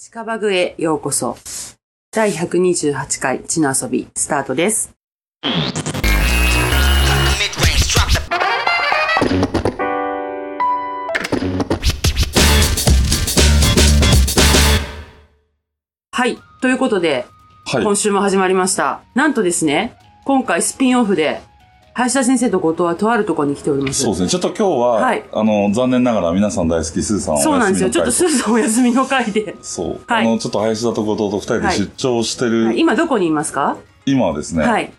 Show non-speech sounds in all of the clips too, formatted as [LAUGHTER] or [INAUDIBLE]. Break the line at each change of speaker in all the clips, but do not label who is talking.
近場具へようこそ。第128回地の遊びスタートです。
Mid-range, drop the
はい。ということで、
はい。
今週も始まりました。なんとですね、今回スピンオフで、林田先生と後藤はとあるところに来ております。
そうですね。ちょっと今日は、
はい
あの、残念ながら皆さん大好き、スーさんはお休みの
そうなんですよ。ちょっと
会
スーさんお休みの回で。
そう。
はい
あの、ちょっと林田と後藤と二人で
はい
出張してる、
はい今どこにいますか、
今はですね、
はい。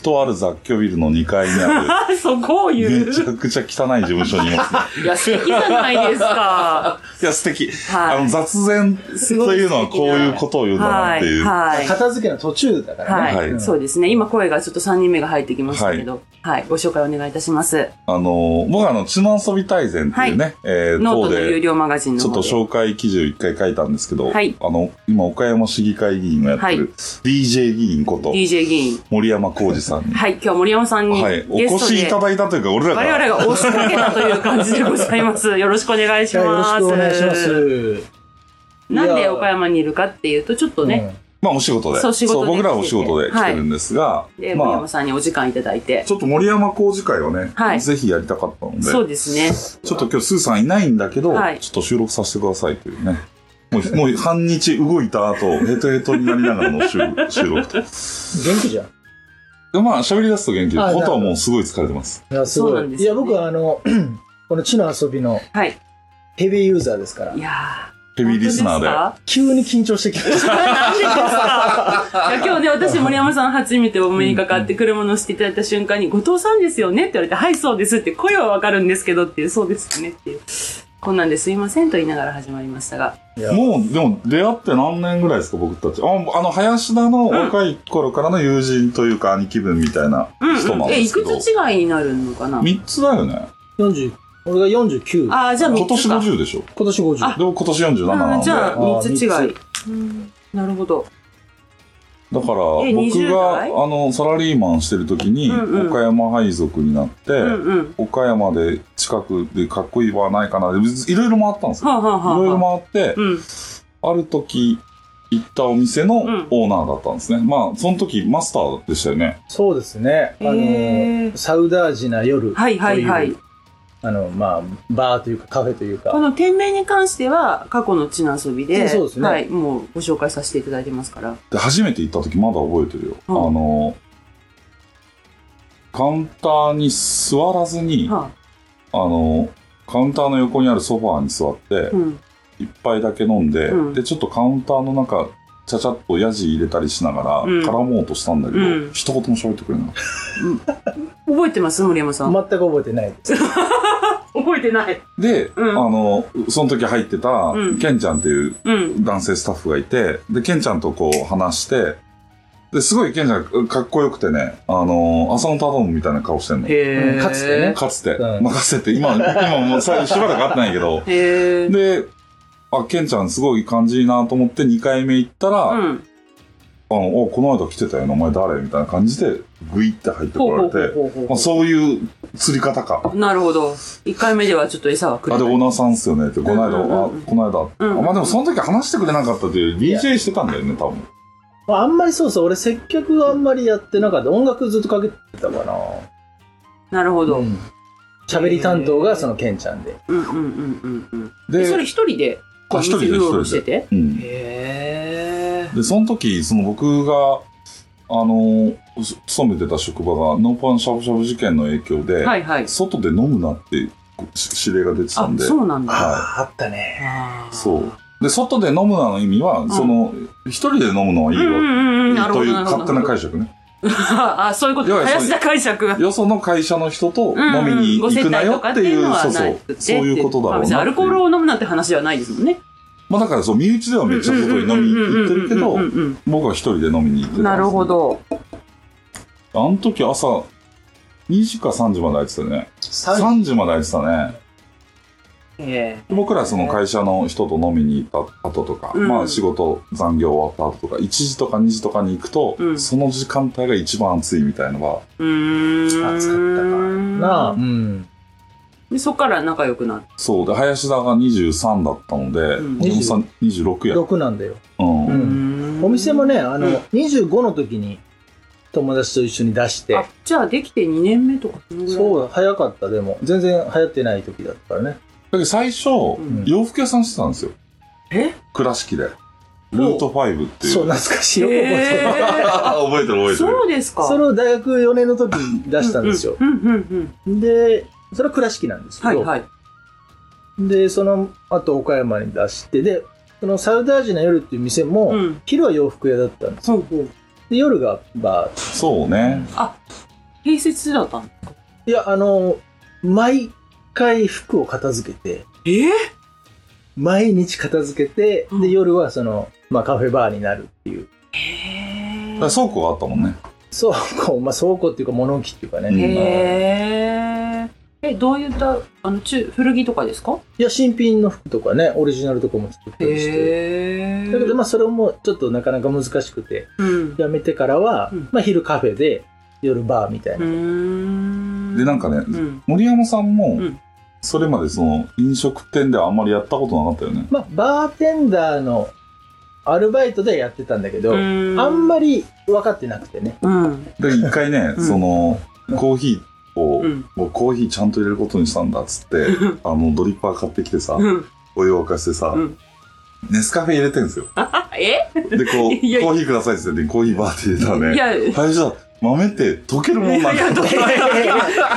とある雑居ビルの2階にあ
あ、そこ [LAUGHS] を言
る、
う
め。ちゃくちゃ汚い事
[LAUGHS]
務所にいます、
い
ね。
や、素敵じゃないです
[LAUGHS]
か。
いや、素敵。
はい
あの、雑然
すごい
というのはこういうことを言うんだな
は
ってい
い。
う。
はい。
片付けの途中だからね。
はい、
はい
そうですね。今声がちょっと3人目が入ってきましたけど、はい、ご紹介お願いいたします。
あの、僕はあの、血の遊び大全っていうね、えー、
ノート
等
の有
で、
料マガジンの
ちょっ
方
と
で。
紹介記事を一回書いたんですけど、
はい
あの、今、岡山市議会議員をやってる、
はい
DJ 議員こと、
DJ 議員。
森山浩二さんに
はい、今日は森山さんに
はい、お
ゲ
越
スト
しい
で、
ただいたというか、俺らが。
我々が押しかけたという感じでございます。
[LAUGHS]
よろしくお願いし
はいよろ
ま
し
す。
くお願いします。
なんで岡山にいるかっていうと、ちょっとね、
まあ、お仕事で。
そう仕事で
僕らはお仕事で来てるんですが、
で森
ま
山さんにお時間いただい
あ、
て。
ちょっと森山工事会をね、
はい
ぜひやりたかったので、
そうですね。
ちょっと今日スーさんいないんだけど、
はい
ちょっと収録させてくださいというね。もう、もう半日動い
[LAUGHS]
た後、ヘトヘトになりながらの収収録と。
うん元気じゃん。
でまあ、喋り出すと元気で、
あ
ことはもうすごい疲れてます。
いや、す
そう
ご
なんで
い。
す
いや、
よね
僕はあの、 [CLEARS THROAT] この地の遊びの
はい。
ヘビーユーザーですから
い、や
ヘビーリスナーで。
本
急に緊張してきまし
当
た。
ですかなんでですかいや今日ね、私、森山さん初めてお目にかかって車乗せていただいた瞬間に、後藤さんですよねって言われて、はい、そうですって、声はわかるんですけどっていう、そうですよねっていう。こんなんですいませんと言いながら始まりましたが。
いや
もう、でも、出会って何年ぐらいですか、僕たち。ああの、林田の若い頃からの友人というか、兄貴分みたいな
うん、
人
う
な
ん。
んで
え、い
すけ
く
ど。
つ違いになるのかな
3つだよね。
40俺が49。
ああ、じゃあ
今
3つ
年
か。
50でしょ。
今年50。
でも今年47な
あ
ん
ー
で。
じゃあ
だか
3つ違い。
あー
う
三
んなるほど。
ら、
え
僕
20
が、あ
代
の、サラリーマンしてる時に、
うんうん
岡山配属になって、
うんうん。
岡山で近くでかっこいいバーないかなで、いろいろ回ったんですよ。
はあ、はあ
いろい
はあはあ、
ろ回って、
うん。
ある時、行ったお店の
ん
オーナーだったんですね。まあ、その時、マスターでしたよね。
そうですね。あ
へー
の、サウダージな夜。
はいはいはい。。
あの、まあ、バーというかカフェという
こ
か。
の店名に関しては、過去の地の遊びで、
そうですね
はい、もうご紹介させていただいてますから。
で、初めて行った時、まだ覚えてるよ。
うん
あの、カウンターに座らずに、
は
あの、カウンターの横にあるソファーに座って、
あ、うん。
一杯だけ飲んで、
うん
で、ちょっとカウンターの中、ちゃちゃっとヤジ入れたりしながら、
うん
絡もうとしたんだけど、
うん
一言も喋ってくれなかった。
覚えてます森山さ
全
ん。
く覚えてないです。
覚えてない。
で、
うん
あの、その時入ってた、
ん
ケンちゃんっていう
うん。
男性スタッフがいて、で、ケンちゃんとこう話して、で、すごいケンちゃんがかっこよくてね、あの、浅野忠信みたいな顔してんの。
へえ。
かつてね
かつて、
うん
まあかつてって、今、今もうさしばらく会ってないけど、
へえ。
で、あ、ケンちゃんすごい感じいいなと思って2回目行ったら、
うん。
あの、おこの間来てたよな、お前誰みたいな感じで、グイって入って
ほ
こ
う
ら
ほ
れ
うほう
て、
ほうほう
まあ、そういう釣り方か。
なるほど。一回目ではちょっと餌はくれ
あ、
な
で、
い。
オーナーさんっすよねって、この間、
うんうんうん
あ、この間、
うんうん
あ、まあでもその時話してくれなかったっていう、
いや
DJ してたんだよね、多分。
まああんまりそうそう、俺接客はあんまりやってなかった。音楽ずっとかけてたかな。
なるほど。う
うんん喋り担当がそのケンちゃんで。
うんうんうんうん。で、それ
で、
一人で、こう、
あ一人で
店うろうろしてて。
うん。
へえ。
で、その時、その僕が、あの、そ勤めてた職場が、ノーパンしゃぶしゃぶ事件の影響で、
はいはい。
外で飲むなってし指令が出てた
あ
ん、で、
そうなんだ。
は
あったね。
あー
い。そう。で、外で飲むなの意味は、
ん
その、一人で飲むのはいい
うんう
よ、
んうん。なる
と
ほ
いう
ど。
勝手な
解釈。
解釈ね。
あ、そういうこと。
要はそう
林田解釈が。
よその会社の人と
うんうん
飲みに行くなよっていう、
ご接待とか
そう
は
そ
な
う
く、て
そういうことだろうなってい
ま
う。
あアルコールを飲むなんて話はないですもんね。
まあだからそう、身内ではめっちゃ外に飲みに行ってるけど
うんう、んうんうん
僕は一人で飲みに行ってた
う
んで
ん。
すよ
なるほ。ど。
あの時朝、2時か3時まで空いてたよね。
3
3時まで空いてたね。
え
僕らその会社の人と飲みに行った後とか、
うん
まあ仕事残業終わった後とか、1時とか2時とかに行くと、
うん
その時間帯が一番暑いみたいのは、
え。うーん。
暑かったからなあ。うん。
で、そっから仲良くなって。
そう。で、林田が23だったので、
うん
森本さん26や。
6なんだよ。
うん。
うん
ん
お店もね、あ
うん
の、25の時に友達と一緒に出して
あ、、じゃあできて2年目とかそのぐらい。
そう、早かった、でも。全然流行ってない時だったからね。
だけど最初、
ん
洋服屋さんしてたんですよ。
え
倉敷で。ルート5っていう。
そう、懐かしいよ。
え
[LAUGHS] 覚えてる覚
ー、
えてる。
そうですか。
それを大学4年の時に出したんですよ。
うんうんうん。
で、それは倉敷なんですけど、
はいはい。
で、その後岡山に出して、で、そのサウダージな夜っていう店も、
うん。
昼は洋服屋だったんです。
そうそう。
で、夜がバー。
そうね。
併設だったの
いや、あの、毎回服を片付けて、
えー、
毎日片付けて、
う
で、
ん
夜はその、まあカフェバーになるっていう。
へ
だから倉庫があったもんね。
倉庫、まあ倉庫っていうか物置っていうかね。
うん
い
へえ。え、どういった、あの、中、古着とかですか
や、新品の服とかね、オリジナルとかも作ったりして。
へえ。
だけど、まあそれもちょっとなかなか難しくて、
うん。う
やめてからは、
うん
まあ昼カフェで、夜バーみたいな。
ーん。
で、なんかね、
うん。
森山さんも
うん、
それまでその、飲食店ではあんまりやったことなかったよね。
まあバーテンダーのアルバイトでやってたんだけど、
うん
あんまり分かってなくてね。
うん。
で、一回ね、
うん
その、コーヒーを
う、ん。
もうコーヒーちゃんと入れることにしたんだっつって、
[LAUGHS]
あの、ドリッパー買ってきてさ、
うん。
お湯沸かしてさ
うん、
ネスカフェ入れてんですよ。
あ、え
で、こう、コー
いや
ヒーくださいって言って、コーヒーバーって入れたら
い
ね、
や、い
最初は豆って溶けるもんな
や、
ん
いや、
だ
どうぞ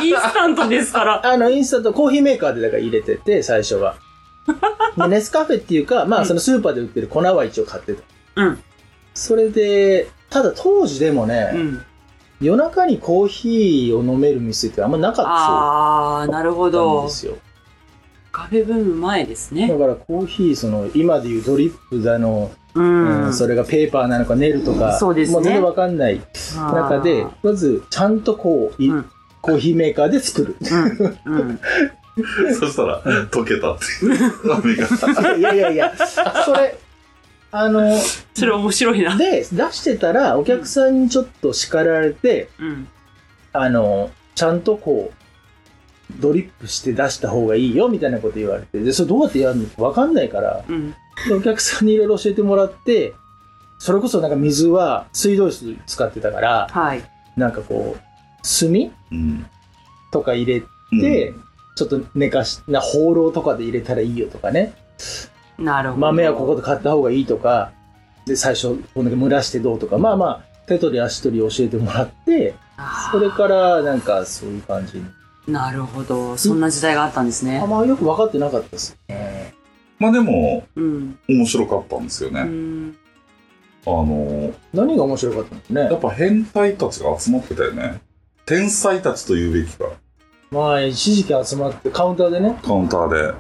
インスタントですから。
あの、インスタントコーヒーメーカーでだから入れてて、最初
[LAUGHS]
は。でネスカフェっていうか、ま
う
あ
ん
そのスーパーで売ってる粉は一応買ってた。
うん。
それで、ただ当時でもね、
うん。
夜中にコーヒーを飲める店ってあんまなかっ
あー、なるほ
たん
ど
で。すよ。
カフェブーム前です
だ
ね。
からコーヒー、その、今でいうドリップだの、
う。
うんんそれがペーパーなのかネルとか、
そうですね
もう全然わかんない中で
あー、
まずちゃんとこう、い
うん
コーヒーメーカーで作る。 [LAUGHS]
うん。うん。
そしたら、溶けたっていう。豆が。
いやいやいや、それ、あの、
それ面白いな。
で、出してたら、お客さんにちょっと叱られて、
うん。
あの、ちゃんとこう、ドリップして出した方がいいよ、みたいなこと言われて、で、それどうやってやるのかわかんないから、
うん。
でお客さんにいろいろ教えてもらって、それこそなんか水は水道水使ってたから、
はい。
なんかこう、炭
うん。
とか入れて、
で、
ちょっと寝かし、な、放浪とかで入れたらいいよとかね。
なるほど。
豆はここで買った方がいいとか、で、最初、こんだけ蒸らしてどうとか、まあまあ、手取り足取り教えてもらって、
あー
それから、なんか、そういう感じに。
なるほど。そんな時代があったんです
あ
ね。
まあ、よく分かってなかったですね。
まあでも、
うん。
面白かったんですよ
う
ね。
ん
あの、
何が面白かったんだ
や
ろう
っ
ね。
ぱ変態たちが集まってたよね。天才たちと言うべきか。
まあ、一時期集まって、カウンターでね。
カウンターで。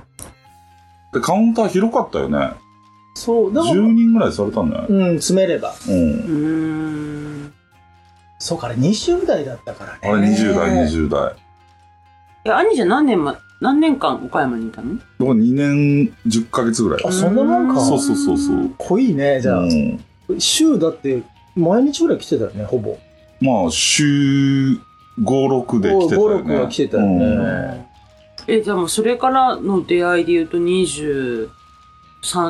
で、カウンター広かったよね。
そう、だから、
10人ぐらいされたんじゃない
うん、詰めれば。
うん。
うん。
そうか、あれ20代だったからね。
あれ20代、20代。だか
え、兄じゃ何年ま、何年間岡山にいたの
ら2年10ヶ月ぐらい。
あそんなもんか
そうそうそうそう。
濃いね、じゃあ
う。ん
週だって、毎日ぐらい来てたよね、ほぼ。
まあ、週5、6で来てたよね。
5 6は来てたよね
うんえ、じゃあもうそれからの出会いで言うと23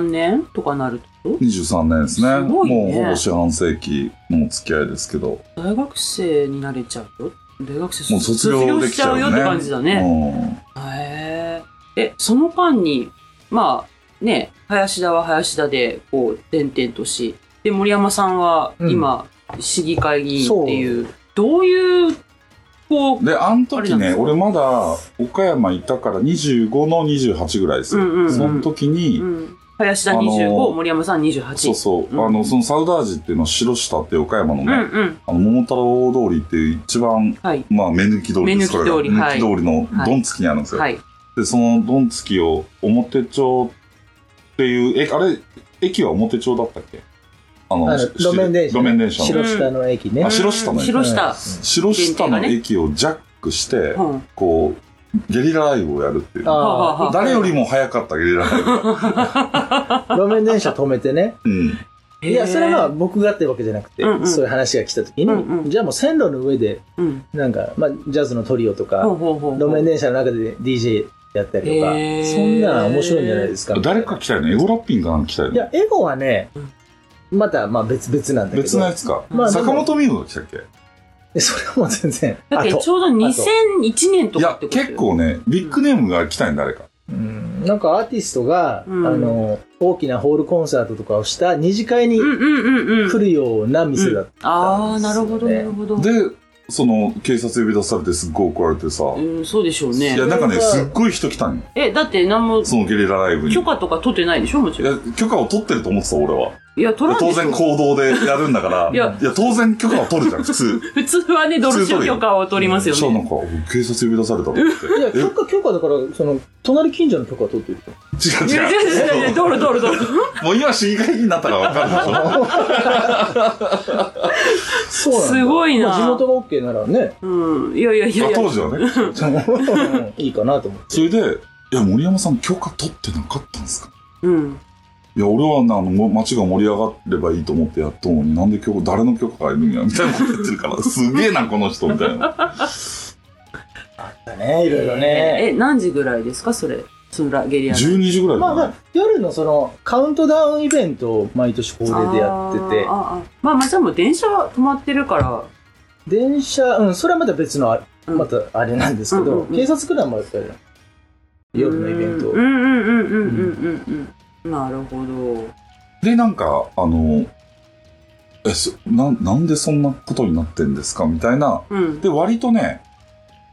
年とかなると
うん23年ですね
すごいね
もうほぼ四半世紀のお付き合いですけど。
大学生になれちゃうよ。大学生
もう卒業で
し
きち
ち
ゃ
ゃう
うね
よって感じだね。へえ。え、その間に、まあ、ね、林田は林田で、こう、転々とし、で、森山さんは
うん
今、市議会議員っていう、どういう、こう
う、んで、あの時
あれなんで
ね、
すか
俺まだ岡山いたから25の28ぐらいですよ。
うんうんうん
その時に、
うん、林田25、
あのー
森山さん28。
そうそう、
うん
あの、そのサウダージっていうのは白下っていう岡山のね、
うんうん。
あの、桃太郎通りっていう一番、
はい。
まあ、目抜き通りです
目抜き通り
これが
はい
目抜き通りのドンつきにあるんですよ。
はい。
で、そのドンつきを表町っていう、え、あれ、駅は表町だったっけあの
あの
し
路面電車
路面電車の。
白下の駅ね
あ。白下の駅
白下。
白下
限
の
定がね
駅をジャックして、
うん。は
こう、ゲリラライブをやるっていう。
あはあはあ [LAUGHS]
誰よりも早かったゲリラライブが。
路面電車止めてね。
うん。
いや、それはまあ僕がってわけじゃなくて、
うんうん
そういう話が来た時に、
うんうん
じゃあもう線路の上で、
うん。
なんか、まあ、ジャズのトリオとか、
ほうほうほう。
路面電車の中で DJ やったりとか、
へー
そんなの面白いんじゃないですか。
誰か来たよね。エゴラッピンかなんか来たよ
い
ね。
や、エゴはね
うん、
また、まあ別々なんだけど。
別のやつか。
まあでも
坂本美穂が来たっけ
えそれはもう
[LAUGHS]
全然。
だって
あと
ちょうど2001年と
い
かっ
や
て、ことよ
結。構ね、ビッグネームが来たよね、誰か。
うんなんかアーティストが、
うん
あの、大きなホールコンサートとかをした二次会に
うんうんうんうん。
来るような店だった。
ああ、なるほど、
ね
なるほど。
で、その、警察呼び出されてすっごい怒られてさ。
うん、そうでしょう
い
ね
や、。なんかね、
そ
す
れは
っごい人来たんよ。
え、だって何も
そのゲリラライブに。
許可とか取ってないでしょもち
い
ろん。
や、許可を取ってると思ってた、俺は。
いや、取らない
当
でしょ
然行動でやるんだから。
いや
当然許可を取るじゃん、普通。
普通はね、ドルシ
普通取るよ
許可を取りますよ
そしたら
ね。
なんか、警察呼び出されたと思って。
いや、許可、許可だから、その、隣近所の許可を取ってる。
違う
いや違う
違う。
違う違う、ドルドルドル。
もう今市議会議員になったからわかるでしょ
そうなんだ
すごいな
まあ地元が OK ならね、
うん。いやいやいやい
あ
や。
当時はね。
うん [LAUGHS] いいかなと思って。
それで、いや、森山さん許可取ってなかったんですか
うん。
いや、俺はな、あの、も街が盛り上がればいいと思ってやったのに、なんで許可、誰の許可がいるんや、みたいなこと言ってるから、すげえな、この人、みたいな。
だね、いろいろね。
え、何時ぐらいですかそれ。そのラゲリラの。
12時ぐらい
[LAUGHS] まあ
か
ま
な
あ。、夜のその、カウントダウンイベントを毎年恒例でやって
あ
て
ー、あーあーまあまあ、じゃあもう電車は止まってるから。
電車、うん、それはまた別のあ、
うん
またあれなんですけど、
うんうんうん
警察クラブもやっぱり、夜のイベントを
うんうんうんうんうんうんうん。なるほど。
で、なんか、あの、え、そな、なんでそんなことになってんですかみたいな。
うん。
で、割とね、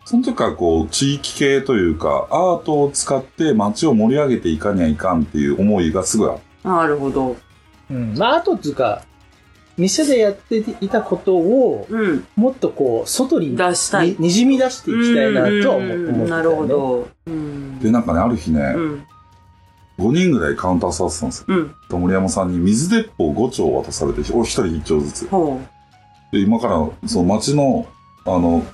その時からこう、地域系というか、アートを使って街を盛り上げていかにはいかんっていう思いがすごいあっ
なるほど。
うんまあ、あとつうか、店でやっていたことを、
うん。
もっとこう、外にに
出したい。
にじみ出していきたいなとは思って
うん
たよね。
なるほど。うん。
で、なんかね、ある日ね
う、ん。
5人ぐらいカウンター座ってたんですよ。
うん。
で森山さんに水鉄砲5丁渡されて、俺一人1丁ずつ。
ほ
で、今から、その街の、あの、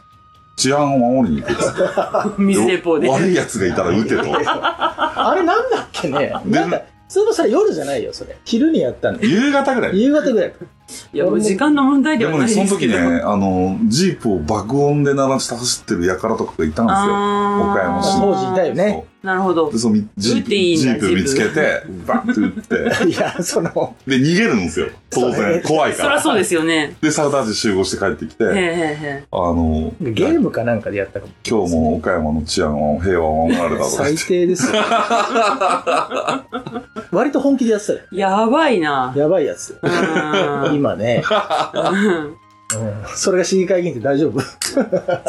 治安を守りに行くっつって。
う。水鉄砲で。
悪い奴がいたら撃てと。
[LAUGHS]
あれなんだっけね。なんか、それもそれ夜じゃないよ、それ。昼にやったんだよ。
夕方ぐらい。
夕方ぐらいか。
[LAUGHS]
いや、もう時間の問題で
で
は
も
ない
ね、
で
その
すけ [LAUGHS]
時
ど。
ね、あの、ジープを爆音で鳴らして走ってる輩とかがいたんですよ。
あー
岡山市
当時いたよね。
なるほど
で、。そのジ
撃
ー
っ
プ、
ていいんだ
ジープ
ジープ
見つけて、バンって撃って、
いや、その、
で、逃げるんですよ。当
そう
然
ね、
怖い
[LAUGHS] そ
か
りゃ
ら。
そうですよね。
で、サウダージ集合して帰ってき
へえへ
て、
えへ
あの、
ゲームかなんかでやったかも。
今日も岡山の治安は平和を守られたとか言
最
って。
低ですよ。 [LAUGHS] 割と本気でやってたよ。
え。やばいな。
やばいやつよ。
うん
今ね、
うん
うんそれが市議会議員って大丈夫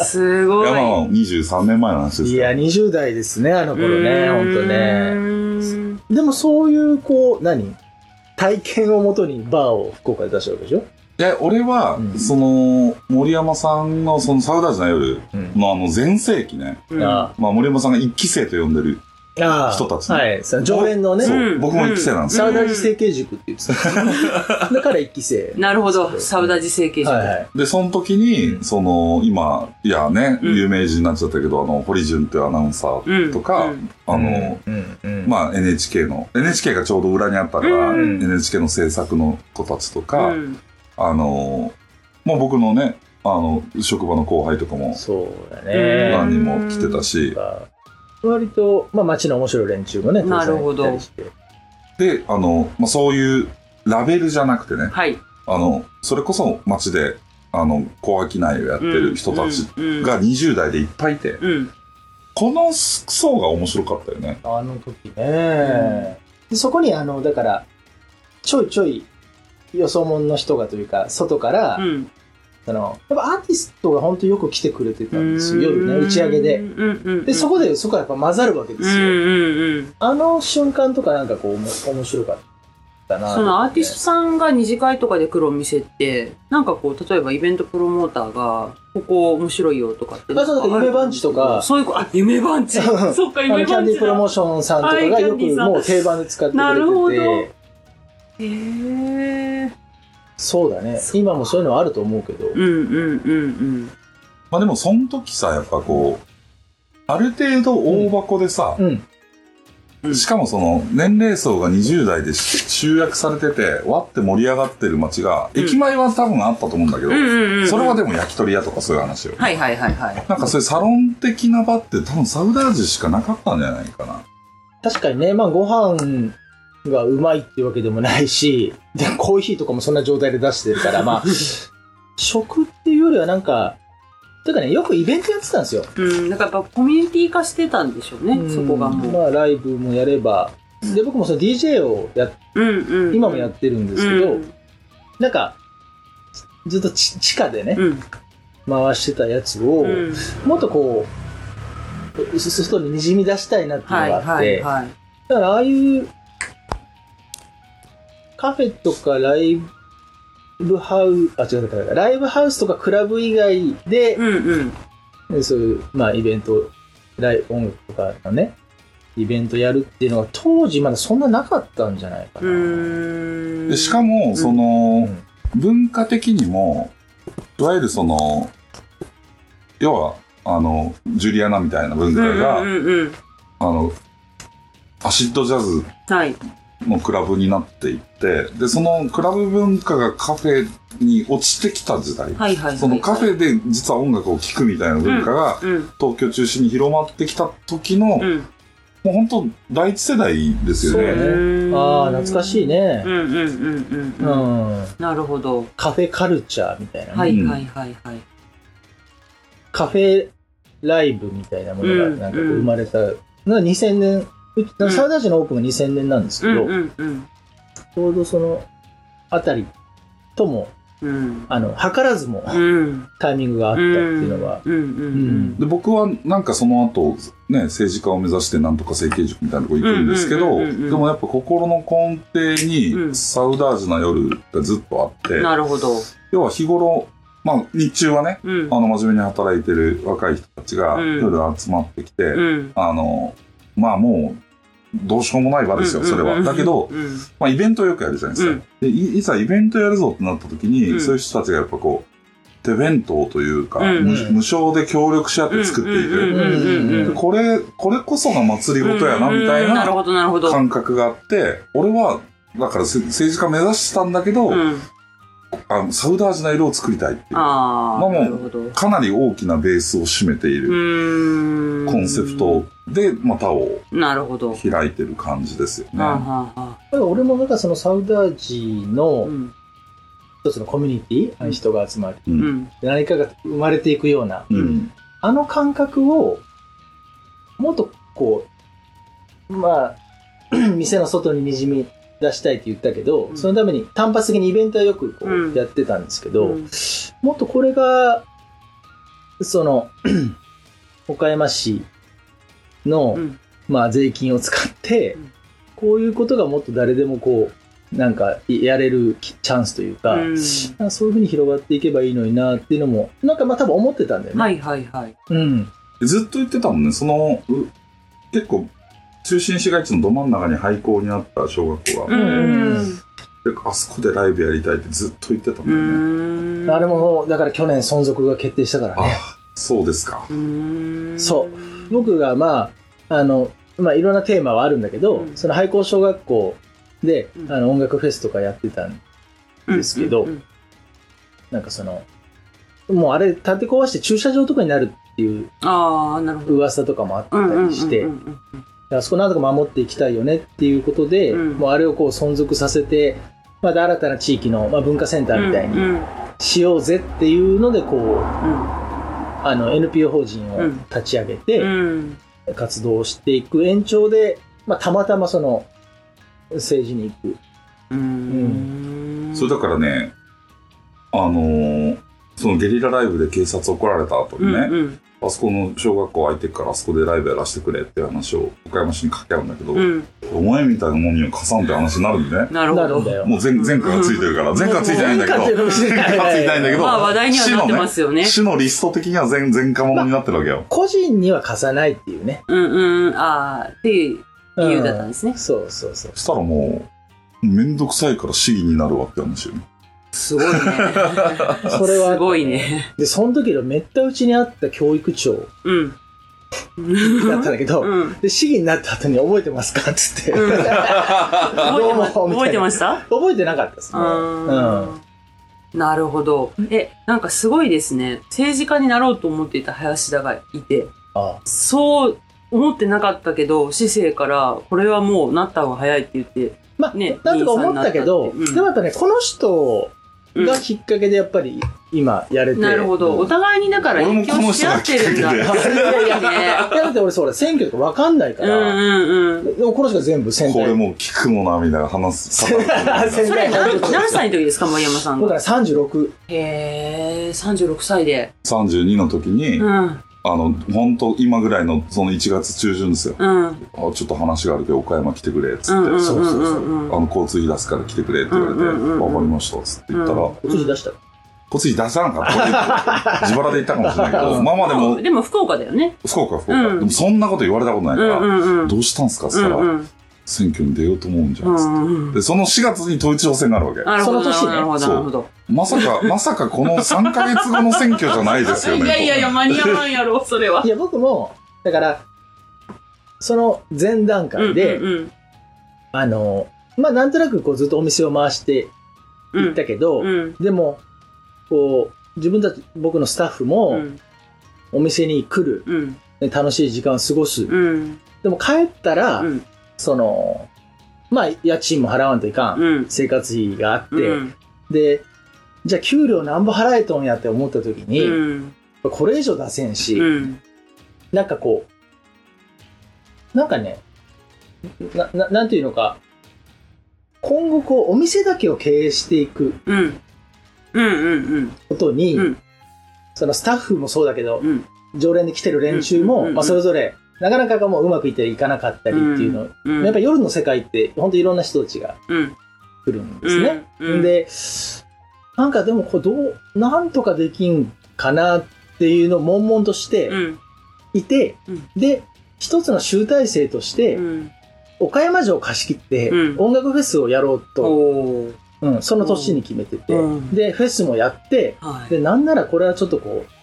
す
い
ごい
や、。まあ、23年前の話です
[LAUGHS] い
けど
や、20代ですね、あの頃ね、ほんとね。
ね。
でもそういう、こう、何体験をもとにバーを福岡で出したわけでしょ
いや、俺は、
うん
その、森山さんの、その、サウダージの夜
うん。
のあの、全盛期ね。
うん
あ
まあ、森山さんが一期生と呼んでる。
あ
人たちね
はい。その常連のね
そ、う
うん
僕も一期生なんです
サ
よ
ウダージ整形塾って [LAUGHS] 言ってた。だから一期生。
なるほど。サウダージ整形者。
はいはい。
で、その時に、
うん
その、今、いやね、
うん
有名人になっちゃったけど、あの、堀潤っていうアナウンサー、
うん。
とか
うん
あの、
うん、うん。
まあ、NHK の、NHK がちょうど裏にあったから、
うん
NHK の制作の子たちとか、
うん
あの、まあ、僕のね、あの、職場の後輩とかも、
そうだ
うん
ね。
何人も来てたし、
割と、まあ、街の面白い連中もね、
なるほど
当然いたりして
で、あの、まあ、そういう、ラベルじゃなくてね、
はい。
あの、それこそ街で、あの、小商いをやってる人たちが20代でいっぱいいて、
うん。うん。
この層が面白かったよね。
あの時ね、でそこにあのだからちょいちょいよそ者の人がというか外から、
うん。
そのやっぱアーティストが本当よく来てくれてた
うんん
ですよ夜ね打ち上げ
う
で
んうんうん。
でそこでそこはやっぱ混ざるわけで
うん
す
う
よ、
んうん。
あの瞬間とかなんかこうおも面白かったな
そのアーティスト
ト
さんが二次会とかで来るお店って、なんかこう、例えばイベントプロモーターが、ここ面白いよとかって。
あそうだから夢バンチとか
そういうこあ、夢バンチ。そっか、
キ
夢
ャ
バ
ン
ン
ディ
チ
ープロ
だ。
モーションさんとか
は
が
いキャ
よ
ンディー
く
さん
もう定番で使ってく
なるほ
れて
ど
て
へえ。
そうだね
そう
今もそういうのはあると思うけど、
うんうんうん
まあでも、その時さ、やっぱこう、ある程度大箱でさ、
うん
しかもその年齢層が20代でし集約されてて、わって盛り上がってる街が、
ん
駅前は多分あったと思うんだけど、
うんうんうん
それはでも焼き鳥屋とかそういう話よ。
はいはいはいはい。
なんかそういうサロン的な場って多分サウダージしかなかったんじゃないかな。
確かにね、まあご飯がうまいっていうわけでもないし、でコーヒーとかもそんな状態で出してるから、まあ、
[LAUGHS]
食っていうよりはなんか、ていうかね、よくイベントやってたんですよ。
うん、なんかやっぱコミュニティ化してたんでしょうね、そこが
うん
もう。
まあライブもやれば、で、僕もその DJ をやっ
うんうん。
今もや
っ
ってるんで
る
すけど、なんか、ずっとち地下でね、
うん。
回してたやつを、
うん。
もっとこう、す外ににじみ出したいなっていうの
はい
があって、
はいはい。
だからああいうカフェとかライブハウあ違う違う違うライブハウスとかクラブ以外で、
うんうん。
そういう、まあ、イベントライ音楽とかのねイベントやるっていうのが当時まだそんななかったんじゃないか
う
な、
ーん。
でしかも、そ
うん
の、文化的にも、いわゆるその、要は、あの、ジュリアナみたいな文化が、
うんうんうん
あの、アシッドジャズ
うん。はい。
のクラブになっていって、で、そのクラブ文化がカフェに落ちてきた時
は
代、
いはいはい。
そのカフェで実は音楽を聴くみたいな文化が
うん
東京中心に広まってきた時の、もう
うん。
本当第一世代ですよ
そう
ね。
ねああ懐かしい
ね。
ね
うんうんうんう
うん
うん。
ん、
なるほど。
カフェカルチャーみたいなね、
はいはいはいはい。
カフェライブみたいなものが
うん
なんかこう生まれた、のが2000年うち
うん
サウダージのオープンが2000年なんですけ
う
ど、
んうんうん。
ちょうどそのあたりとも、
うん。
あの、図らずも
うん。
タイミングがあったっていうのは、
うんうん
で、僕はなんかその後、ね、政治家を目指してなんとか政経塾みたいなとこ行くんですけど、
うんうん
で
うんうんうん
もやっぱ心の根底
う
に
ん
サウダージな夜がずっとあっ
う
て
ん。、なるほど。
要は日頃、まあ日中はね、
うん。
あの真面目に働いてる若い人たちが
うん
夜集まってきて、
うん。
あの、まあもう、どうしようもない場ですよ、それは。だけど、
うんうん
まあイベントをよくやるじゃないですか。
うん
でいいざイベントやるぞってなった時に、
うん
そういう人たちがやっぱこう、手弁当というか、
うん
無無償で協力し合っ
うん
て作っていく。
うんうんうんうん
これ、これこそが祭りごとやな、みたい
うんなる
な
ほどなるほど。
感覚があって、俺は、だからせ政治家目指してたんだけど、
うん。
あのサウダージな色を作りたいっていう。
ああ。
まあもう
なるほど。う
かなり大きなベースを占めている
ーん。
コンセプトで、またを
なるほど。は
開いてる感じですよ
あは
ね。
あは
だから俺もなんかそのサウダージ
あ。
の
うん。
一つのコミュニティ、
うん
人が集まる。
うん。
で何かが生まれていくような、
うん。
あの感覚を、もっとこう、まあ、 [CLEARS THROAT] 店の外ににじみ出したいって言ったけど、
うん
そのために単発的にイベントはよくこ
うん
うやってたんですけど、
うん
もっとこれが、その、 [CLEARS THROAT] 岡山市の、
うん
まあ、税金を使って、
うん
こういうことがもっと誰でもこう、なんか、やれるきチャンスというか、
うん
なんかそういうふうに広がっていけばいいのになっていうのも、なんかまあ多分思ってたんだよね。
はいはいはい。
うん。
ずっと言ってたもんね、その、う結構、中心市街地のど真ん中に廃校になった小学校が、
う
うん
ん。
であそこでライブやりたいってずっと言ってたも
うんん。
ね。
あれも、だから去年存続が決定したからね。
あ、そうですか。
うん。
そう僕がまあ、あの、まあいろんなテーマはあるんだけど、
うん
その廃校小学校で、
うん
あの音楽フェスとかやってたん
うん
ですけど
うん
なんかその、もうあれ立て壊して駐車場とかになるっていう
ああ、なるほど。
噂とかもあったりして、
うんうん
あそこなんとか守っていきたいよねっていうことで、
うん
もうあれをこう存続させて、また新たな地域の、まあ、文化センタ
うんうん
ーみたい
うん
に
うん
しようぜっていうので、こう、あの NPO 法人
う
を
ん
立ち上げ
う
て
ん
活動をしていく延長で、まあ、たまたまその政治に行く。
うん
それだからね、あのーそのゲリラライブで警察怒られた後にね、
うん
あそこの小学校空いてるからあそこでライブやらせてくれっていう話を岡山市に掛け合うんだけど、
うんうん
お前みたいなもんには貸さんって話になるんでね。
なる
な
ほ
るんだ
ど。
よ。
もう前前科がついてるから、前科はついてないんだけど、
前科はついてない
前科はついてないんだけど、
まあ話題にはなってますよね。
市のリスト的には全全科ものになってるわけよ。
個人には貸さないっていうね。
うんうん。ああ、っていう理由だったんですね
うん。そうそうそう。
そしたらもう、めんどくさいから市議になるわって話よね。
すごいね。 [LAUGHS]
それはあった
すごいね。
で、その時のめったうちにあった教育長
うん。
だったんだけど、
うん。
で、市議になった後に覚えてますかっ [LAUGHS] つって。
うん覚えてま
どうもみたいな
覚えてました
覚えてなかったですね。
あーなるほど。え、なんかすごいですね。政治家になろうと思っていた林田がいて、
あ
そう思ってなかったけど、市政から、これはもうなった方が早いって言って、
まあ、
ね
なんとか思ったけど、
議員さんになったってうん
でもやっぱね、この人
うん
がきっかけでやっぱり今やれて。
なるほど。
う
お
ん
互いにだから
俺も
影
この
響し
人
合
が
ってるんだ。
きっか
すご [LAUGHS] いね。
いやだって俺そうだ、選挙とかわかんないか
うん
ら、
うんうん。
でもこの人が全部選
これ
[LAUGHS] 対。
もう聞くもな、みたいな話す方だと思う
先
それ何何歳の時ですか、森山さん
僕
が。
ら36。
へえ、36歳で。
32の時に、
うん、
あの、本当今ぐらいの、その1月中旬ですよ。
うん、うん、
あちょっと話があるけど、岡山来てくれ、つって。
うん、う、
そうそうそう
う
ん
ん。
あの、交通費出すから来てくれって言われて、
うんうんうんうん
わかりました、つって言ったら、
うん
交
お通じ出した。
通費出さなかった。自腹で行ったかもしれないけど、まあまあでも、
でも福岡だよね。
福岡福岡、
うん
でもそんなこと言われたことないか
うん
ら、
うんうん。
どうしたんすかって言ったら、
うんうん
選挙に出ようと思うんじゃ
うん
ないですか。
うんうん
で、その4月に統一地方選があるわけ。
なるほど、
その年ね。
なるほど、
そう
なるほど。
ま
[LAUGHS]
さか、まさかこの3ヶ月後の選挙じゃないですよね。
いやいやいや、間に合わんやろ、それはい
や、僕も、だから、その前段階で、
うんうん
あの、まあ、なんとなくこうずっとお店を回して
うん、
いったけど、
うん
でも、こう、自分たち、僕のスタッフ
う
も、
ん
お店に来る、
うん
ね楽しい時間を過ごす。
うん
でも帰ったら、
うん
その、まあ、家賃も払わんといかん。
うん
生活費があって、
うん
で、じゃあ給料なんぼ払えとんやって思った時に、
うん
これ以上出せんし、
うん
なんかこう、なんかね、な、ななんていうのか、今後こう、お店だけを経営していく
うんうんうん
ことに、
うん
そのスタッフもそうだけど、
うん
常連で来てる連中も、
うんうんうんうん
まあ、それぞれ、なかなかもううまくいったりいかなかったりっていうの、
うん
やっぱ夜の世界って、本当いろんな人たちが
うん
来るんで
う
す
ん
ね。
うん
で、なんかでもこう、どう、なんとかできんかなっていうのを悶々として、
うん
いて、
うん
で、一つの集大成として、
うん
岡山城を貸し切って、
うん
音楽フェスをやろうと、
おー
うんその年に決めてて、
うん
で、フェスもやって、
はい
で、なんならこれはちょっとこう、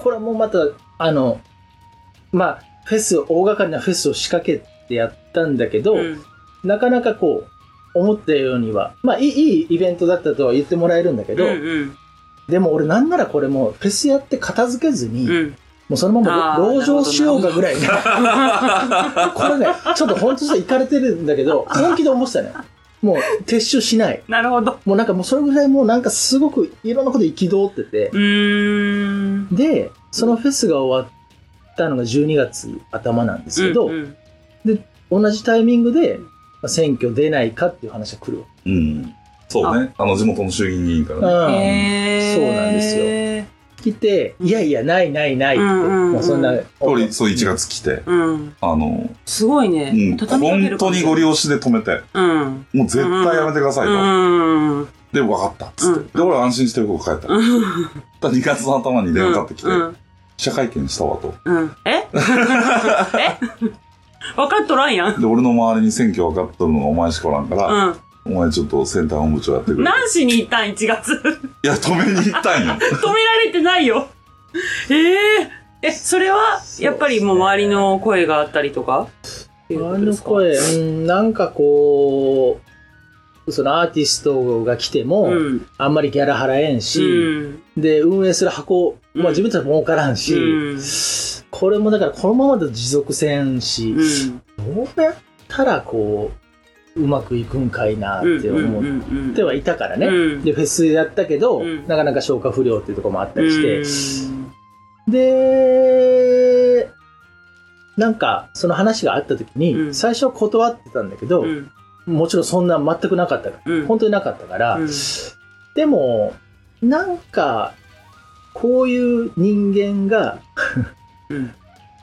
これはもうまた、あの、まあ、フェス、大掛かりなフェスを仕掛けてやったんだけど、
うん
なかなかこう、思ったようには、まあ、いい、いいイベントだったとは言ってもらえるんだけど、
うんうん
でも俺なんならこれもうフェスやって片付けずに、
うん
もうそのまま
あー
籠城しようかぐらいね。
[LAUGHS]
これね、ちょっと本当にいかれてるんだ
[LAUGHS]
けど、本気で思ってたね。もう撤収しない。
なるほど
もうなんかもうそれぐらいもうなんかすごくいろんなこと憤ってて
う。ーん
で、そのフェスが終わったのが12月頭なんですけど、
うんうん
同じタイミングでまあ選挙出ないかっていう話が来るわ
うん。そうね。あの、地元の衆議院議員からね。
うん
へー
そうなんですよ来て、いやいや、ないないないって、
うんうんうん
もうそんな。
通り、そう1月来て、
うん
あの、
すごいうね
ん、
畳みかけ
本
る
当
感
に
じ
ご利用しで止めて、
うん
もう絶対やめてくださいと。
うん
で、分かった、っつって。
うん
で、俺は安心して僕帰った。だから2月の頭に電話かかってきて、
うん
記者会見したわと。
うん、え [LAUGHS] え分かっとらんやん。
で、俺の周りに選挙分かっとるのがお前しかおらんから、
う
お前ちょっとセンター本部長やってく
ん。
れ。
何しに行ったん ?1 月。
いや、止めに行ったんよ。
止められてないよ。えええ、それは、やっぱりもう周りの声があったりとかっていうこ
あ
とで
の
すか
声、うん、なんかこう、そのアーティストが来ても、
うん。
あんまりギャラ払えん
う
し、
ん。
で、運営する箱、まあ自分たちも儲からんし、
うん
これもだからこのままだと持続せんし、
うん。
どうやったらこう、うまくいくんかいなって思っ
って
はいたからね。
うん
で、フェスやったけど、
うん
なかなか消化不良っていうところもあったりして、
うん
で、なんか、その話があった時に、
うん
最初は断ってたんだけど、
うん。
もちろんそんな全くなかったから、
うん
本当になかったから、
うん
でも、なんか、こういう人間が、
うん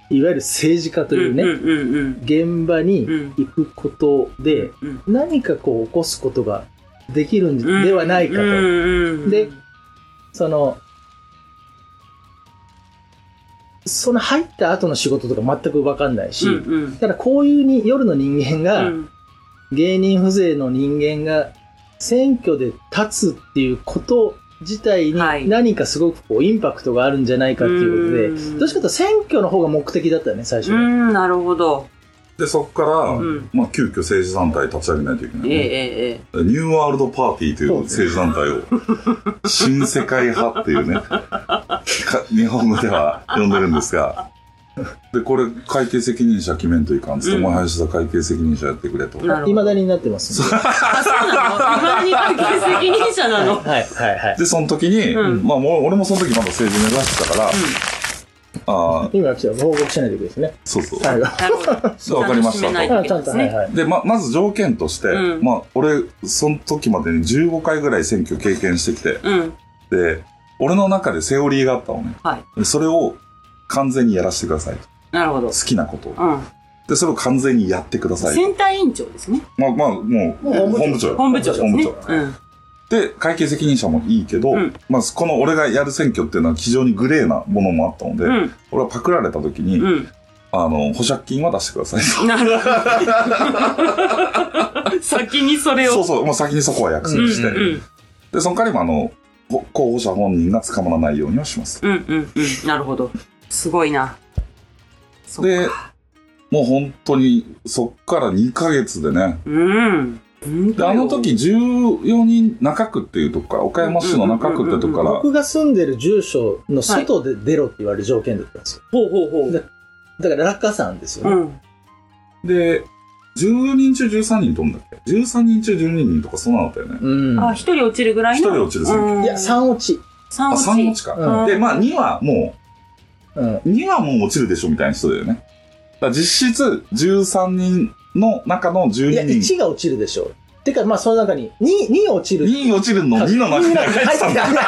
いわゆる政治家というね、
うんうんうん
現場
う
に
ん。
行くことで、
うん
何かこう起こすことができるん
うん
ではないかと。
うんうん
でその、その入った後の仕事とか全くわかんないし、
うんうん
だからこういうに夜の人間
う
が、
ん
芸人風情の人間が選挙で立つっていうこと自体
はい
に何かすごくこうインパクトがあるんじゃないかっていうこと
う
で、
ん
どっちかというと選挙の方が目的だったよね、最初
う
ね。
ん、なるほど。
で、そこから、
うん。
まあ、急遽政治団体立ち上げないといけない、
ええ
ね
ええ
ニューワールドパーティーという政治団体を、新世界派っていうね、か日本語では呼んでるんですが、で、これ、会計責任者決めんといかんっつって、
うん
もう林田会計責任者やってくれと。
なるほど
いまだになってますね。
あ、そうなの未だに関係責任者な
はい
の。
はいはいはい。
[LAUGHS] で、その時に、
うん
まあ、もう俺もその時まだ政治目指してたから、ああ、
今来たら報告しないといけないですね。
そうそう。
はい。あ
なるほど。
そうわかりましたと
楽めないとい
あ
け
ち
な
ゃ
い
ん
で
と、
す
はい
ね。
はい。
で、ま、まず条件として、
うん
まあ、俺、その時までに15回ぐらい選挙経験してきて、
うん。
で、俺の中でセオリーがあったのね。
はい。
でそれを完全にやらせてくださいと。
なるほど
好。きなことを。
う
で、それを完全にやってくだ
ん。
さいと。
選対委員長ですね。
まあ、まあ、もう、
もう
本
本
部
部
長。
長
本部長です
本部
ね。
長。
うん。
で、会計責任者もいいけど、
うん
まあ、この俺がやる選挙っていうのは非常にグレーなものもあったので、
うん。
俺はパクられた時に、
う
あの、保釈金は出してくださいと。
ん。なるほど。先にそれを。
そうそう、もう先にそこは約束して。
うん
うん。
で、その代わりもあの、ほ候補者本人が捕まらないようにはします。
うんうんうん。なるほど。すごいな。そっか
で、もう本当に、そっから2ヶ月でね、
うん。本当
で
よ
あの時、14人中区っていうとこから、岡山市の中区ってとこから、
僕が住んでる住所の外で出ろって言われる条件だったんですよ。
ほうほうほう。
でだから落下山ですよ
う
ね。
ん。
で、14人中13人飛んだっけ ?13 人中12人とかそんなのだったよね。
うん。
あ、一人落ちるぐらいの。
一人落ちる選挙
うん
いや、3落ち。
三
あ、
落ち。
3落ち
う
か。
ん
で、まあ2はも
うん。
う、2はもう落ちるでしょみたいな人だよね。だから実質13人の中の
いや、
12人。
1が落ちるでしょう。てか、まあ、その中に、2、2落ちる。
2落ちるの2の中に入
入
ってたんだ。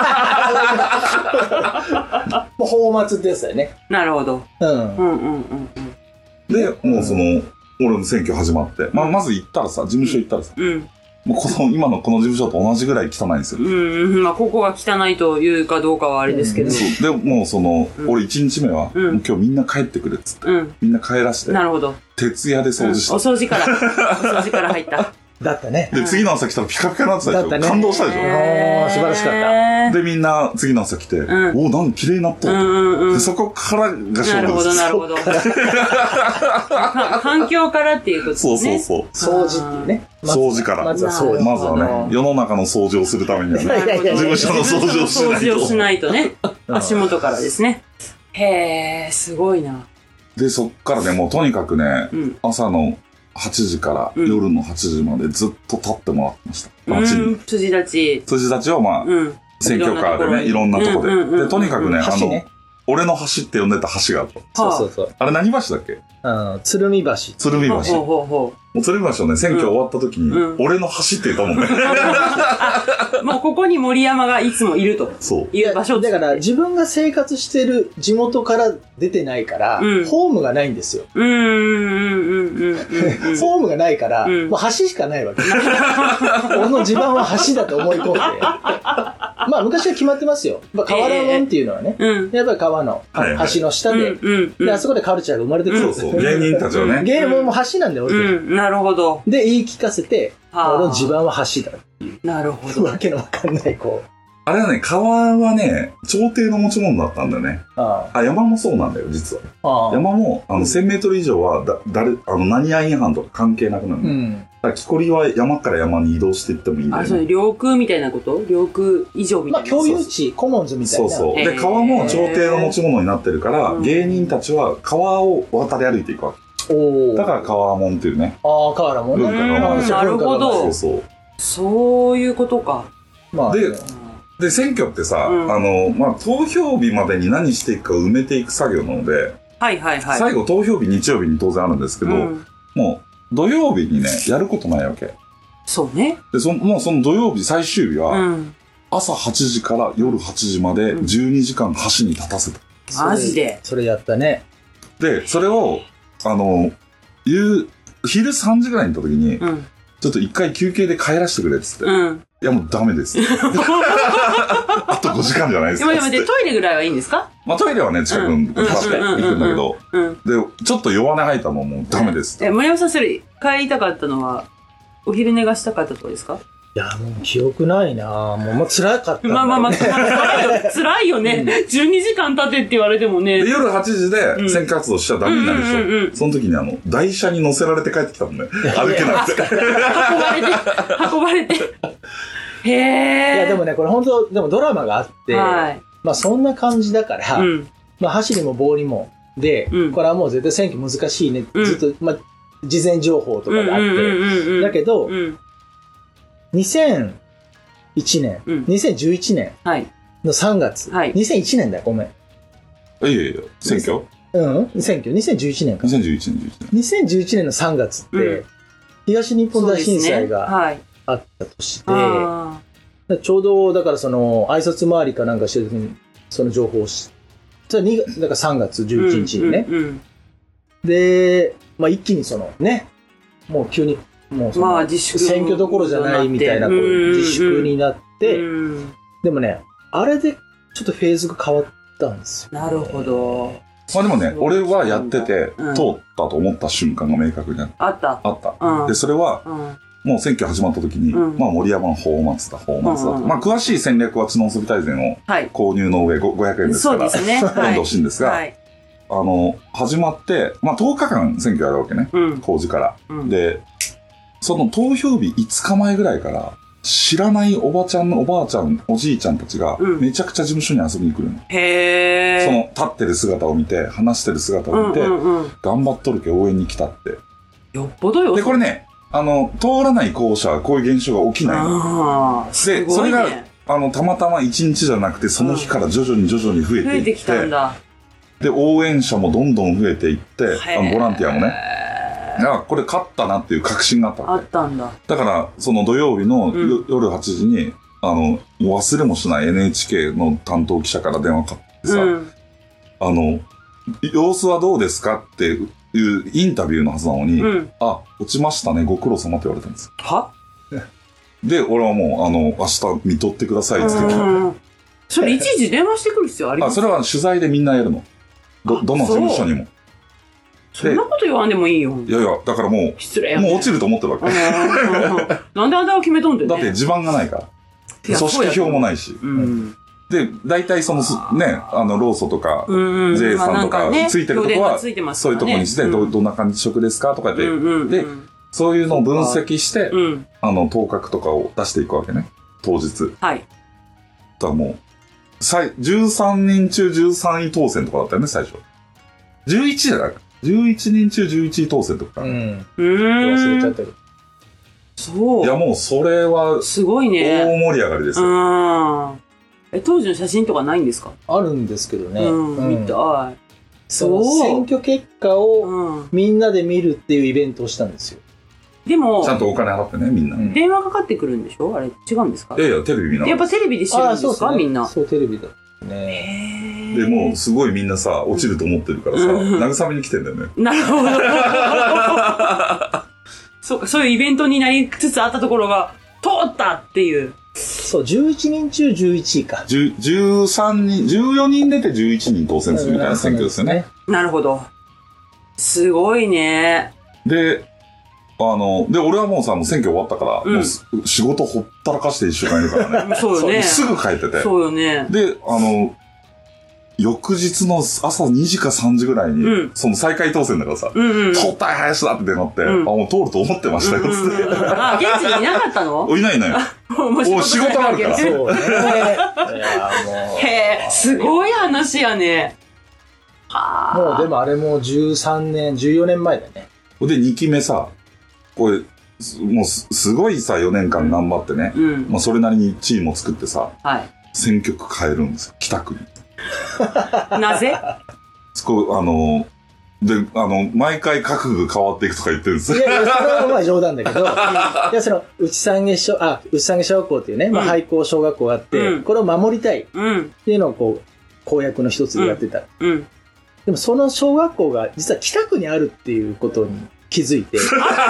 た。 [LAUGHS] もう、放末ってやつだよね。
なるほど。
うん
う。んうんうん
で、もうその、俺の選挙始まって、まあまず行ったらさ、事務所行ったらさ、
うん。うん。
もうこの、今のこの事務所と同じぐらい汚いんですよ。
うんうん。まあ、ここが汚いというかどうかはあれですけど。
そうで、もうその、
うん
俺1日目は、
うん
もう今日みんな帰ってくれっつって、
うん。
みんな帰らして、
なるほど。
徹夜で掃
うんお
除した。
掃除
[LAUGHS]
から。お掃除から入った。
だったね。
で、次の朝来たらピカピカになってたでし
だ
ょ。
ったね
感動したでしょ。
へー
素晴らしかった
で、みんな次の朝来て、
ん
おお、なんか綺麗になった
う
わ、
んうんう
で
ん。
そこからが
な
勝
る
負
ほ
で
ど、
す。
なるほ
[LAUGHS]
ど。か環境からっていうことです
そ
ね。
うそうそう。
掃除っていうね。
掃除から。
ま
ま
ず
ず
は掃除。
はね、世の中の掃除をするためにはね。
いやいやいや
事務所の掃除をしな
事務
いと
所の掃除をしないと
[LAUGHS]
ね。
うん
足元からですね。へえ、すごいな。
で、そっからね、もうとにかくね
う、ん。
朝の8時から
うん
夜の8時までずっと立ってもらってました。街
う
に。
ん辻立ち。
辻たちをまあ、
うん。
選挙カーでね、い
い
ろ
ろ
ん
ん
な
な
と
と
こ
こ
で。
ろにうんうんうんう
で、
ん
とにかくね、あ
橋
の
ね、。
俺の橋って呼んでた橋があった。
そうそうそう。
あれ何橋だっけ
うん。鶴見橋。
鶴見
ほう
橋。
ほうほうほ
もう鶴見橋をね、選挙終わった時に、
うん
俺の橋って言ったもんね。
う。もうここに森山がいつもいると
そう。
いう場所
だから、自分が生活してる地元から出てないから、
うん
ホームがないんですよ。
うんうんうんうんうんうん。
ホームがないから、
うん
もう橋しかないわけ。俺の地盤は橋だと思い込
[LAUGHS]
んで。まあ、昔は決まってますよ。まあ、河原門っていうのはね、
うん。
やっぱり川の
はいはい
橋の下
うん
で、
うんうん
で、あそこでカルチャーが生まれてくるん
そ
で
う
す
そ
よ。
う。芸人たちをね。
芸門も橋なんだよ、俺た
う
ち
ん、なるほど。
で、言い聞かせて、
はあ
俺の地盤は橋だ。
なるほど。
わけのわかんない、こう。
あれはね、川はね、朝廷の持ち物だったんだよね。
あ
あ、山もそうなんだよ、実は。
あ。
山も、あの、1000メートル以上は、だ、誰、あの、何や違反とか関係なくなるの、
う
だ
ん。
から、木こりは山から山に移動していってもいいんだ
あ、
よ
そ
ね。
れ、領空みたいなこと領空以上み
ま
た
あ、
いな。
共有地、コモンズみたい
そ
な。
うそう。
へ
で、
ー
川も朝廷の持ち物になってるから、
うん
芸人たちは川を渡り歩いていくわけ。
おお。
だから川門っていうね。
ああ、河原もね。
文化が回る
なるほど
そ
そうう
そう。
そういうことか。
まあ、
でで、選挙ってさ、
うん
あの、まあ、投票日までに何していくか埋めていく作業なので、
はいはいはい。
最後投票日、日曜日に当然あるんですけど、
うん
もう土曜日にね、やることないわけ。
そうね。
で、そのもうその土曜日最終日
う
は、
ん。
朝8時から夜8時まで
うん
12時間橋に立たせた。
それ
マジで。
それやったね。
で、それを、あの、夕、昼3時ぐらいに行った時に、
うん。
ちょっと一回休憩で帰らせてくれっつって。い
うん。
や、もうダメです。
[LAUGHS]
[LAUGHS] あと5時間じゃないです
でも
か。
で
つ
も
っ
で、
て
トイレぐらいはいいんですか
まあトイレはね、近くに
うん
立って行くんだけど、
うん。
で、ちょっと弱音吐いたもんもうダメですって。
え、森山さん、それ、帰りたかったのは、お昼寝がしたかったとかですか
いや、もう記憶ないなもう、もう辛かったんだ
まあまあまあ、
ね
辛いよ。辛いよね。12時間経てって言われてもね。
で、夜8時
う
で
ん
選活動しちゃダメになるでしょ。
うんうんうん
その時にあの、台車に乗せられて帰ってきたも
[LAUGHS]
んね。歩けなくて。
運ばれて、運ばれ
[LAUGHS]
て。へえ。
いや、でもね、これ本当でもドラマがあって、
はい。
まあそんな感じだから、
うん。
まあ走りも棒にも、で、
うん
これはもう絶対選挙難しいね、
うん
ずっと、まあ、事前情報とかがあって、
うん
だけど、
うん。
2001年、
うん
2011年
はい。
の3月、
はい
2001年だよ、ごめん。
[LAUGHS] いやいやいや、選挙
うん、選挙、2011年
?2011
か。
年、11年。
2011年の3月って、
う
東日本大震災
そうですね
が
はい。
あった年で、
あ
だからちょうど、だからその、挨拶回りかなんかしてる時に、その情報をし、それは2月だから3月
ー
11日にね。
うんうん
で、まあ一気にそのね、もう急に、もう
う
そ
ん。
の、
まあ、自粛。
選挙どころじゃないみたいな、こう自粛になって、
うん
でもね、あれでちょっとフェーズが変わったんですよ。
なるほど。
まあでもね、俺はやってて、
うん
通ったと思った瞬間が明確にあ
あった。
った。
うん
で、それは、
うん。
もう選挙始まった時に、
うん
まあ森山の宝松だ、宝松だと。
うんうん
まあ詳しい戦略は知能遊び大全を
はい。
購入の上ご500円ですか
そうで
ら、
す
[LAUGHS]
ね。
読ん
は
でほ
い。
しいんですが、
はい。
あの、始まって、まあ10日間選挙やるわけね、
うん。
工事から。
うん
で、その投票日5日前ぐらいから、知らないおばちゃん、おばあちゃん、おじいちゃんたちが、
うん
めちゃくちゃ事務所に遊びに来るの。
へえ。
その立ってる姿を見て、話してる姿を見て、
うんうんうん。
頑張っとるけ応援に来たって。
よっぽどよ。
で、これね、あの、通らない校舎はこういう現象が起きないの。
ああ、す
で、そ
ご
れ
い
が
ね。、
あの、たまたま1日じゃなくて、その日から徐々に徐々に増え
増え
てい
て
っ
き
て、
たんだ。
で、応援者もどんどん増えていって、あのボランティアもね。
ね。
だからこれ勝ったなっていう確信があった
あ
わけ
っ。たんだ。
だから、その土曜日のよ、
う
夜8時に、あの、忘れもしない NHK の担当記者から電話かかってさ、
うん。
あの、様子はどうですかっていうインタビューのはずなのに、
うん。
あ、落ちましたね、ご苦労様って言われたんですよ。
は
で、俺はもう、あの、明日見とってくださいっつって
う
言っ
んうんそれいちいち電話してくる必要あり
て、あ、
ます
それは取材でみんなやるの。ど、
あ
どの事務所にも。
そんなこと言わんでもいいよ。
いやいや、だからも
失礼
う、
よ。
もう落ち
る。
ると思ってるわけ。
なんであんたは決めとんだよ
だ
ね。
って地盤がないから。組織表もないし。
うん。
で、大体そのす、ね、あの、労組とか、
うん。
税さんとか、ついてるとこは、そういうとこにして、ど
う
どんな感じ食ですかとかで、
ん
でそういうのを分析して、
うん。
あの、当確とかを出していくわけね。当日。
はい。
だからもう、最、13人中13位当選とかだったよね、最初。11じゃなく11人中11位当選とか。
う
い
ん。
う
忘れち
ー
ゃっ
ん。
たけど。
そ
や、
う。
もうそれは、
すごいね。
大盛り上がりですよ。
うん。え、当時の写真とかないんですか、
あるんですけどね。
うん、見たい。
そ
そう
の選挙結果を
うん。
みんなで見るっていうイベントをしたんですよ。
でも
ち、ゃんとお金払ってね、みんな。
うん
電話かかってくるんでしょあれ、違うんですか
いやいや、テレビ見なが
や
ら
っぱテレビで知るんですか
っね
みんな。
そう、テレビだ。
へ
ね。
ー
で、もうすごいみんなさ、落ちると思ってるからさ、
うん
慰めに来てんだよね。
なるほど。 [LAUGHS] そうか、そういうイベントになりつつあったところが、通ったっていう。
そう、11人中11位か。
10 13人、14人出て11人当選するみたいな選挙ですよね。。
なるほど。すごいね。
で、あの、で、俺はもうさ、もう選挙終わったから、
うん
もうす仕事ほったらかして一週間いるからね。
[LAUGHS] そうよね。
すぐ帰ってて。
そうよね。
で、あの、翌日の朝2時か3時ぐらいに、
うん
その再開当選だからさ、
うんうん。
通ったい林だって電話って、
うん
あ、もう通ると思ってましたよ、
うん
つっ
うんうん
て。
あ、現地にいなかったの
おいないいない。
もう
[LAUGHS] お仕事あるから
そうね。いや、
へえ、すごい話やね。は
もう。もうでもあれもう13年、14年前だね。
で、2期目さ、これ、すもうすすごいさ、4年間頑張ってね、
うん。
まあそれなりにチームを作ってさ、
はい。
選挙区変えるんですよ、北区に。
なぜ
そこ、あの、で、あの、毎回各区変わっていくとか言ってるんです
い
よ。
やいや、それはまあ冗談
[LAUGHS]
だけど、いや、その、内三下小、あ、内三下小学校っていうね、まあ、
うん
廃校小学校があって、
うん
これを守りたいっ
うん。
ていうのをこう、公約の一つでやってた。
うん。
でもその小学校が実は北区にあるっていうことに気づいて。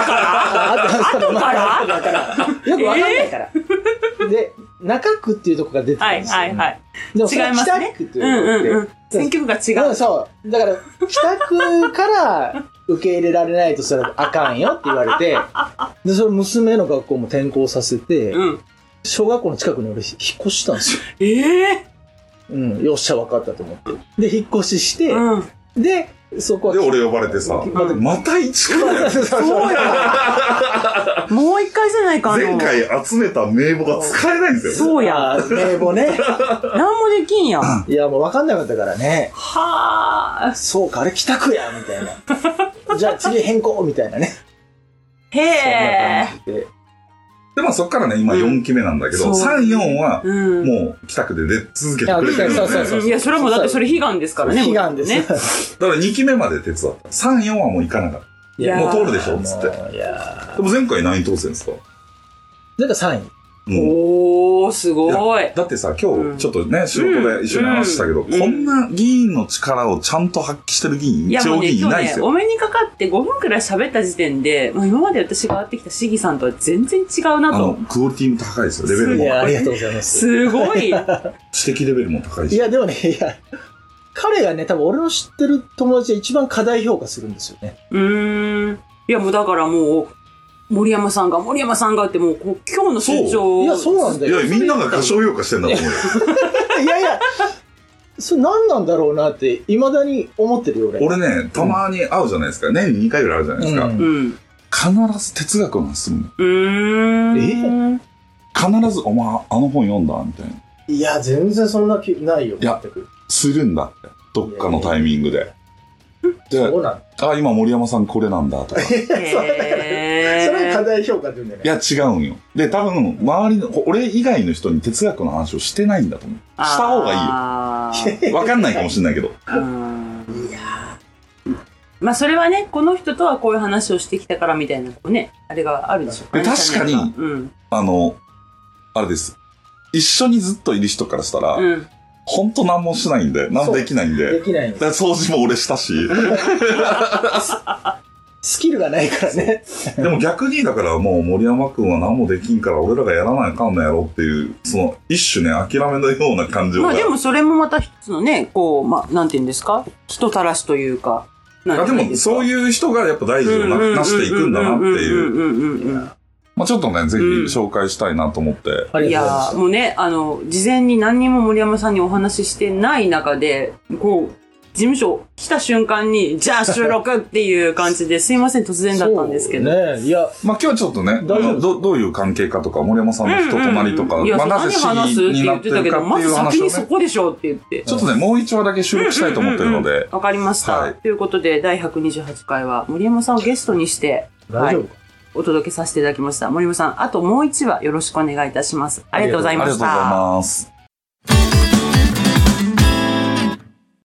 ああああだから、よくわかんないから。 [LAUGHS] で、中区っていうとこが出てた
は
ん
い
ですよ。
はいはい。
でもそれ
違います
北
ね
区って
うんう
い
んう
うとこ
ん
って、。
選挙区が違
うん
う。
そう。だから、北区から受け入れられないとそれはあかんよって言われて、で、それ娘の学校も転校させて、
うん。
小学校の近くに俺引っ越したんですよ。
ええ
うん、よっしゃ、分かったと思って。で、引っ越しして、
うん。
で、そこ
で、俺呼ばれてさ、
ん
また一からや
そう [LAUGHS] そう
そうや。もう一回じゃないか、あの。
前回集めた名簿が使えないんですよ。
そうや。
あー名簿ね。
なんもできんや。
いや、もう分かんなかったからね。
はあ。
そうか、あれ北区や、みたい
[LAUGHS]
な。じゃあ次変更、みたいなね。
へえ。
そんな感じで。
で、まあそっからね、今
うん
4期目なんだけ
そ
ど、
う
3、4は、
うん。
もう北区で出続けてくれてるん
あ
で
北区そうそう
す
そ
ね。
う
いや、それはもうだってそれ悲願ですからね。
悲願です。
ね。
だから2期目まで手伝った。3、4はもう行かなかっ
いや
た。
ー
もう通るでしょ、つって。
て。いや
でも前回何位当選ですか
ーなんか3
う
位。
ん
おー、すごい。
だってさ、
う
今
ん
日ちょっとね、仕事で一緒に話したけ
う
ど、
ん
こんな議員の力をちゃんと発揮してる議員、
いや
地
もう
方
ね、
議員い
今
ない
日
です
ね、
よ。
お目にかかって5分くらい喋った時点で、もう今まで私が会ってきた市議さんとは全然違うな
あの
と。、
クオリティも高いですよ。レベル
い
す
も。
や、ありがとうございます。
すご
[LAUGHS]
い。
知的レベルも高い
い
し。
や、でもね、いや、彼がね、多分俺の知ってる友達で一番過大評価するんですよね。
うーん。いや、もうだからもう、森山さんが、森山さんがって、もうこう、今日の出張。
いや、そうな
だ
んだ
い
よ。
や、みんなが過小評価してんだと思うよ。
いやいや、それ何なんだろうなって、いまだに思ってるよ、俺。
俺ね、たまに会うじゃないですか。年に2回ぐらい会うじゃないですか。
うん
うん。
必ず哲学の話するの。
うーん。え
必ず、お前、あの本読んだみたいな。
いや、全然そんな気ないよ、
いや
全く。
するんだって。どっかのタイミングで。で、
そうなんだ。
あ、今森山さんこれなんだとか。い
いやそうだから、
[LAUGHS]
それ過大評価って言うんだよ
や、
ね。
違うんよ。で、多分、周りの、こ俺以外の人に哲学の話をしてないんだと思う。した方がいいよ。
がいいよ。
わかんないかもしれないけど。
うんまあそれはね、この人とはこういう話をしてきたからみたいな、こうね、あれがあるでしょ。
で確かに
うん。
あの、あれです。一緒にずっといる人からしたら、
うん。
ほんと何もしないんで、何もできないん
[LAUGHS] で
で。
きないの
だから掃除も俺したし。
スキルがないからね。
でも逆に、だからもう森山くんは何もできんから俺らがやらないかんのやろっていう、その一種ね、諦めのような感情
ま
が。
あでもそれもまた一つのね、こう、まあ、なんて言うんですか人たらしというか。
あでも、そう
う、
いう人がやっぱ大事をななしていくんだなっていう。
いう。
まあちょっとね、ぜひ
うん
紹介したいなと思って。
あり
い
がとうございま
や
す
ーもうね、あの、事前に何にも森山さんにお話ししてない中で、こう、事務所来た瞬間に、じゃあ収録っていう感じで、すいません、突然だったんですけど。
そうねいや、
まあ今日はちょっとね、あ
大丈夫
のどどういう関係かとか、森山さんの人となりとか、
うんうんうんいや、
まあな
何
ぜ市
話すっ
議
て
に
言
な
っ
ってて
たけ
る
ど、
か
ま
ってい
ず
う話
先
を
に
ね、
そこでしょうって言って。
ちょっとね、もう一話だけ収録したいと思ってるの
うんうんう
で
ん、わかりました、
はい
ということで、第128回は森山さんをゲストにして、
大丈夫か。
お届けさせていただきました。森山さん、あともう一話よろしくお願いいたします。ありがとうござい
ありが
ま
とう
し
ござ
た。
います。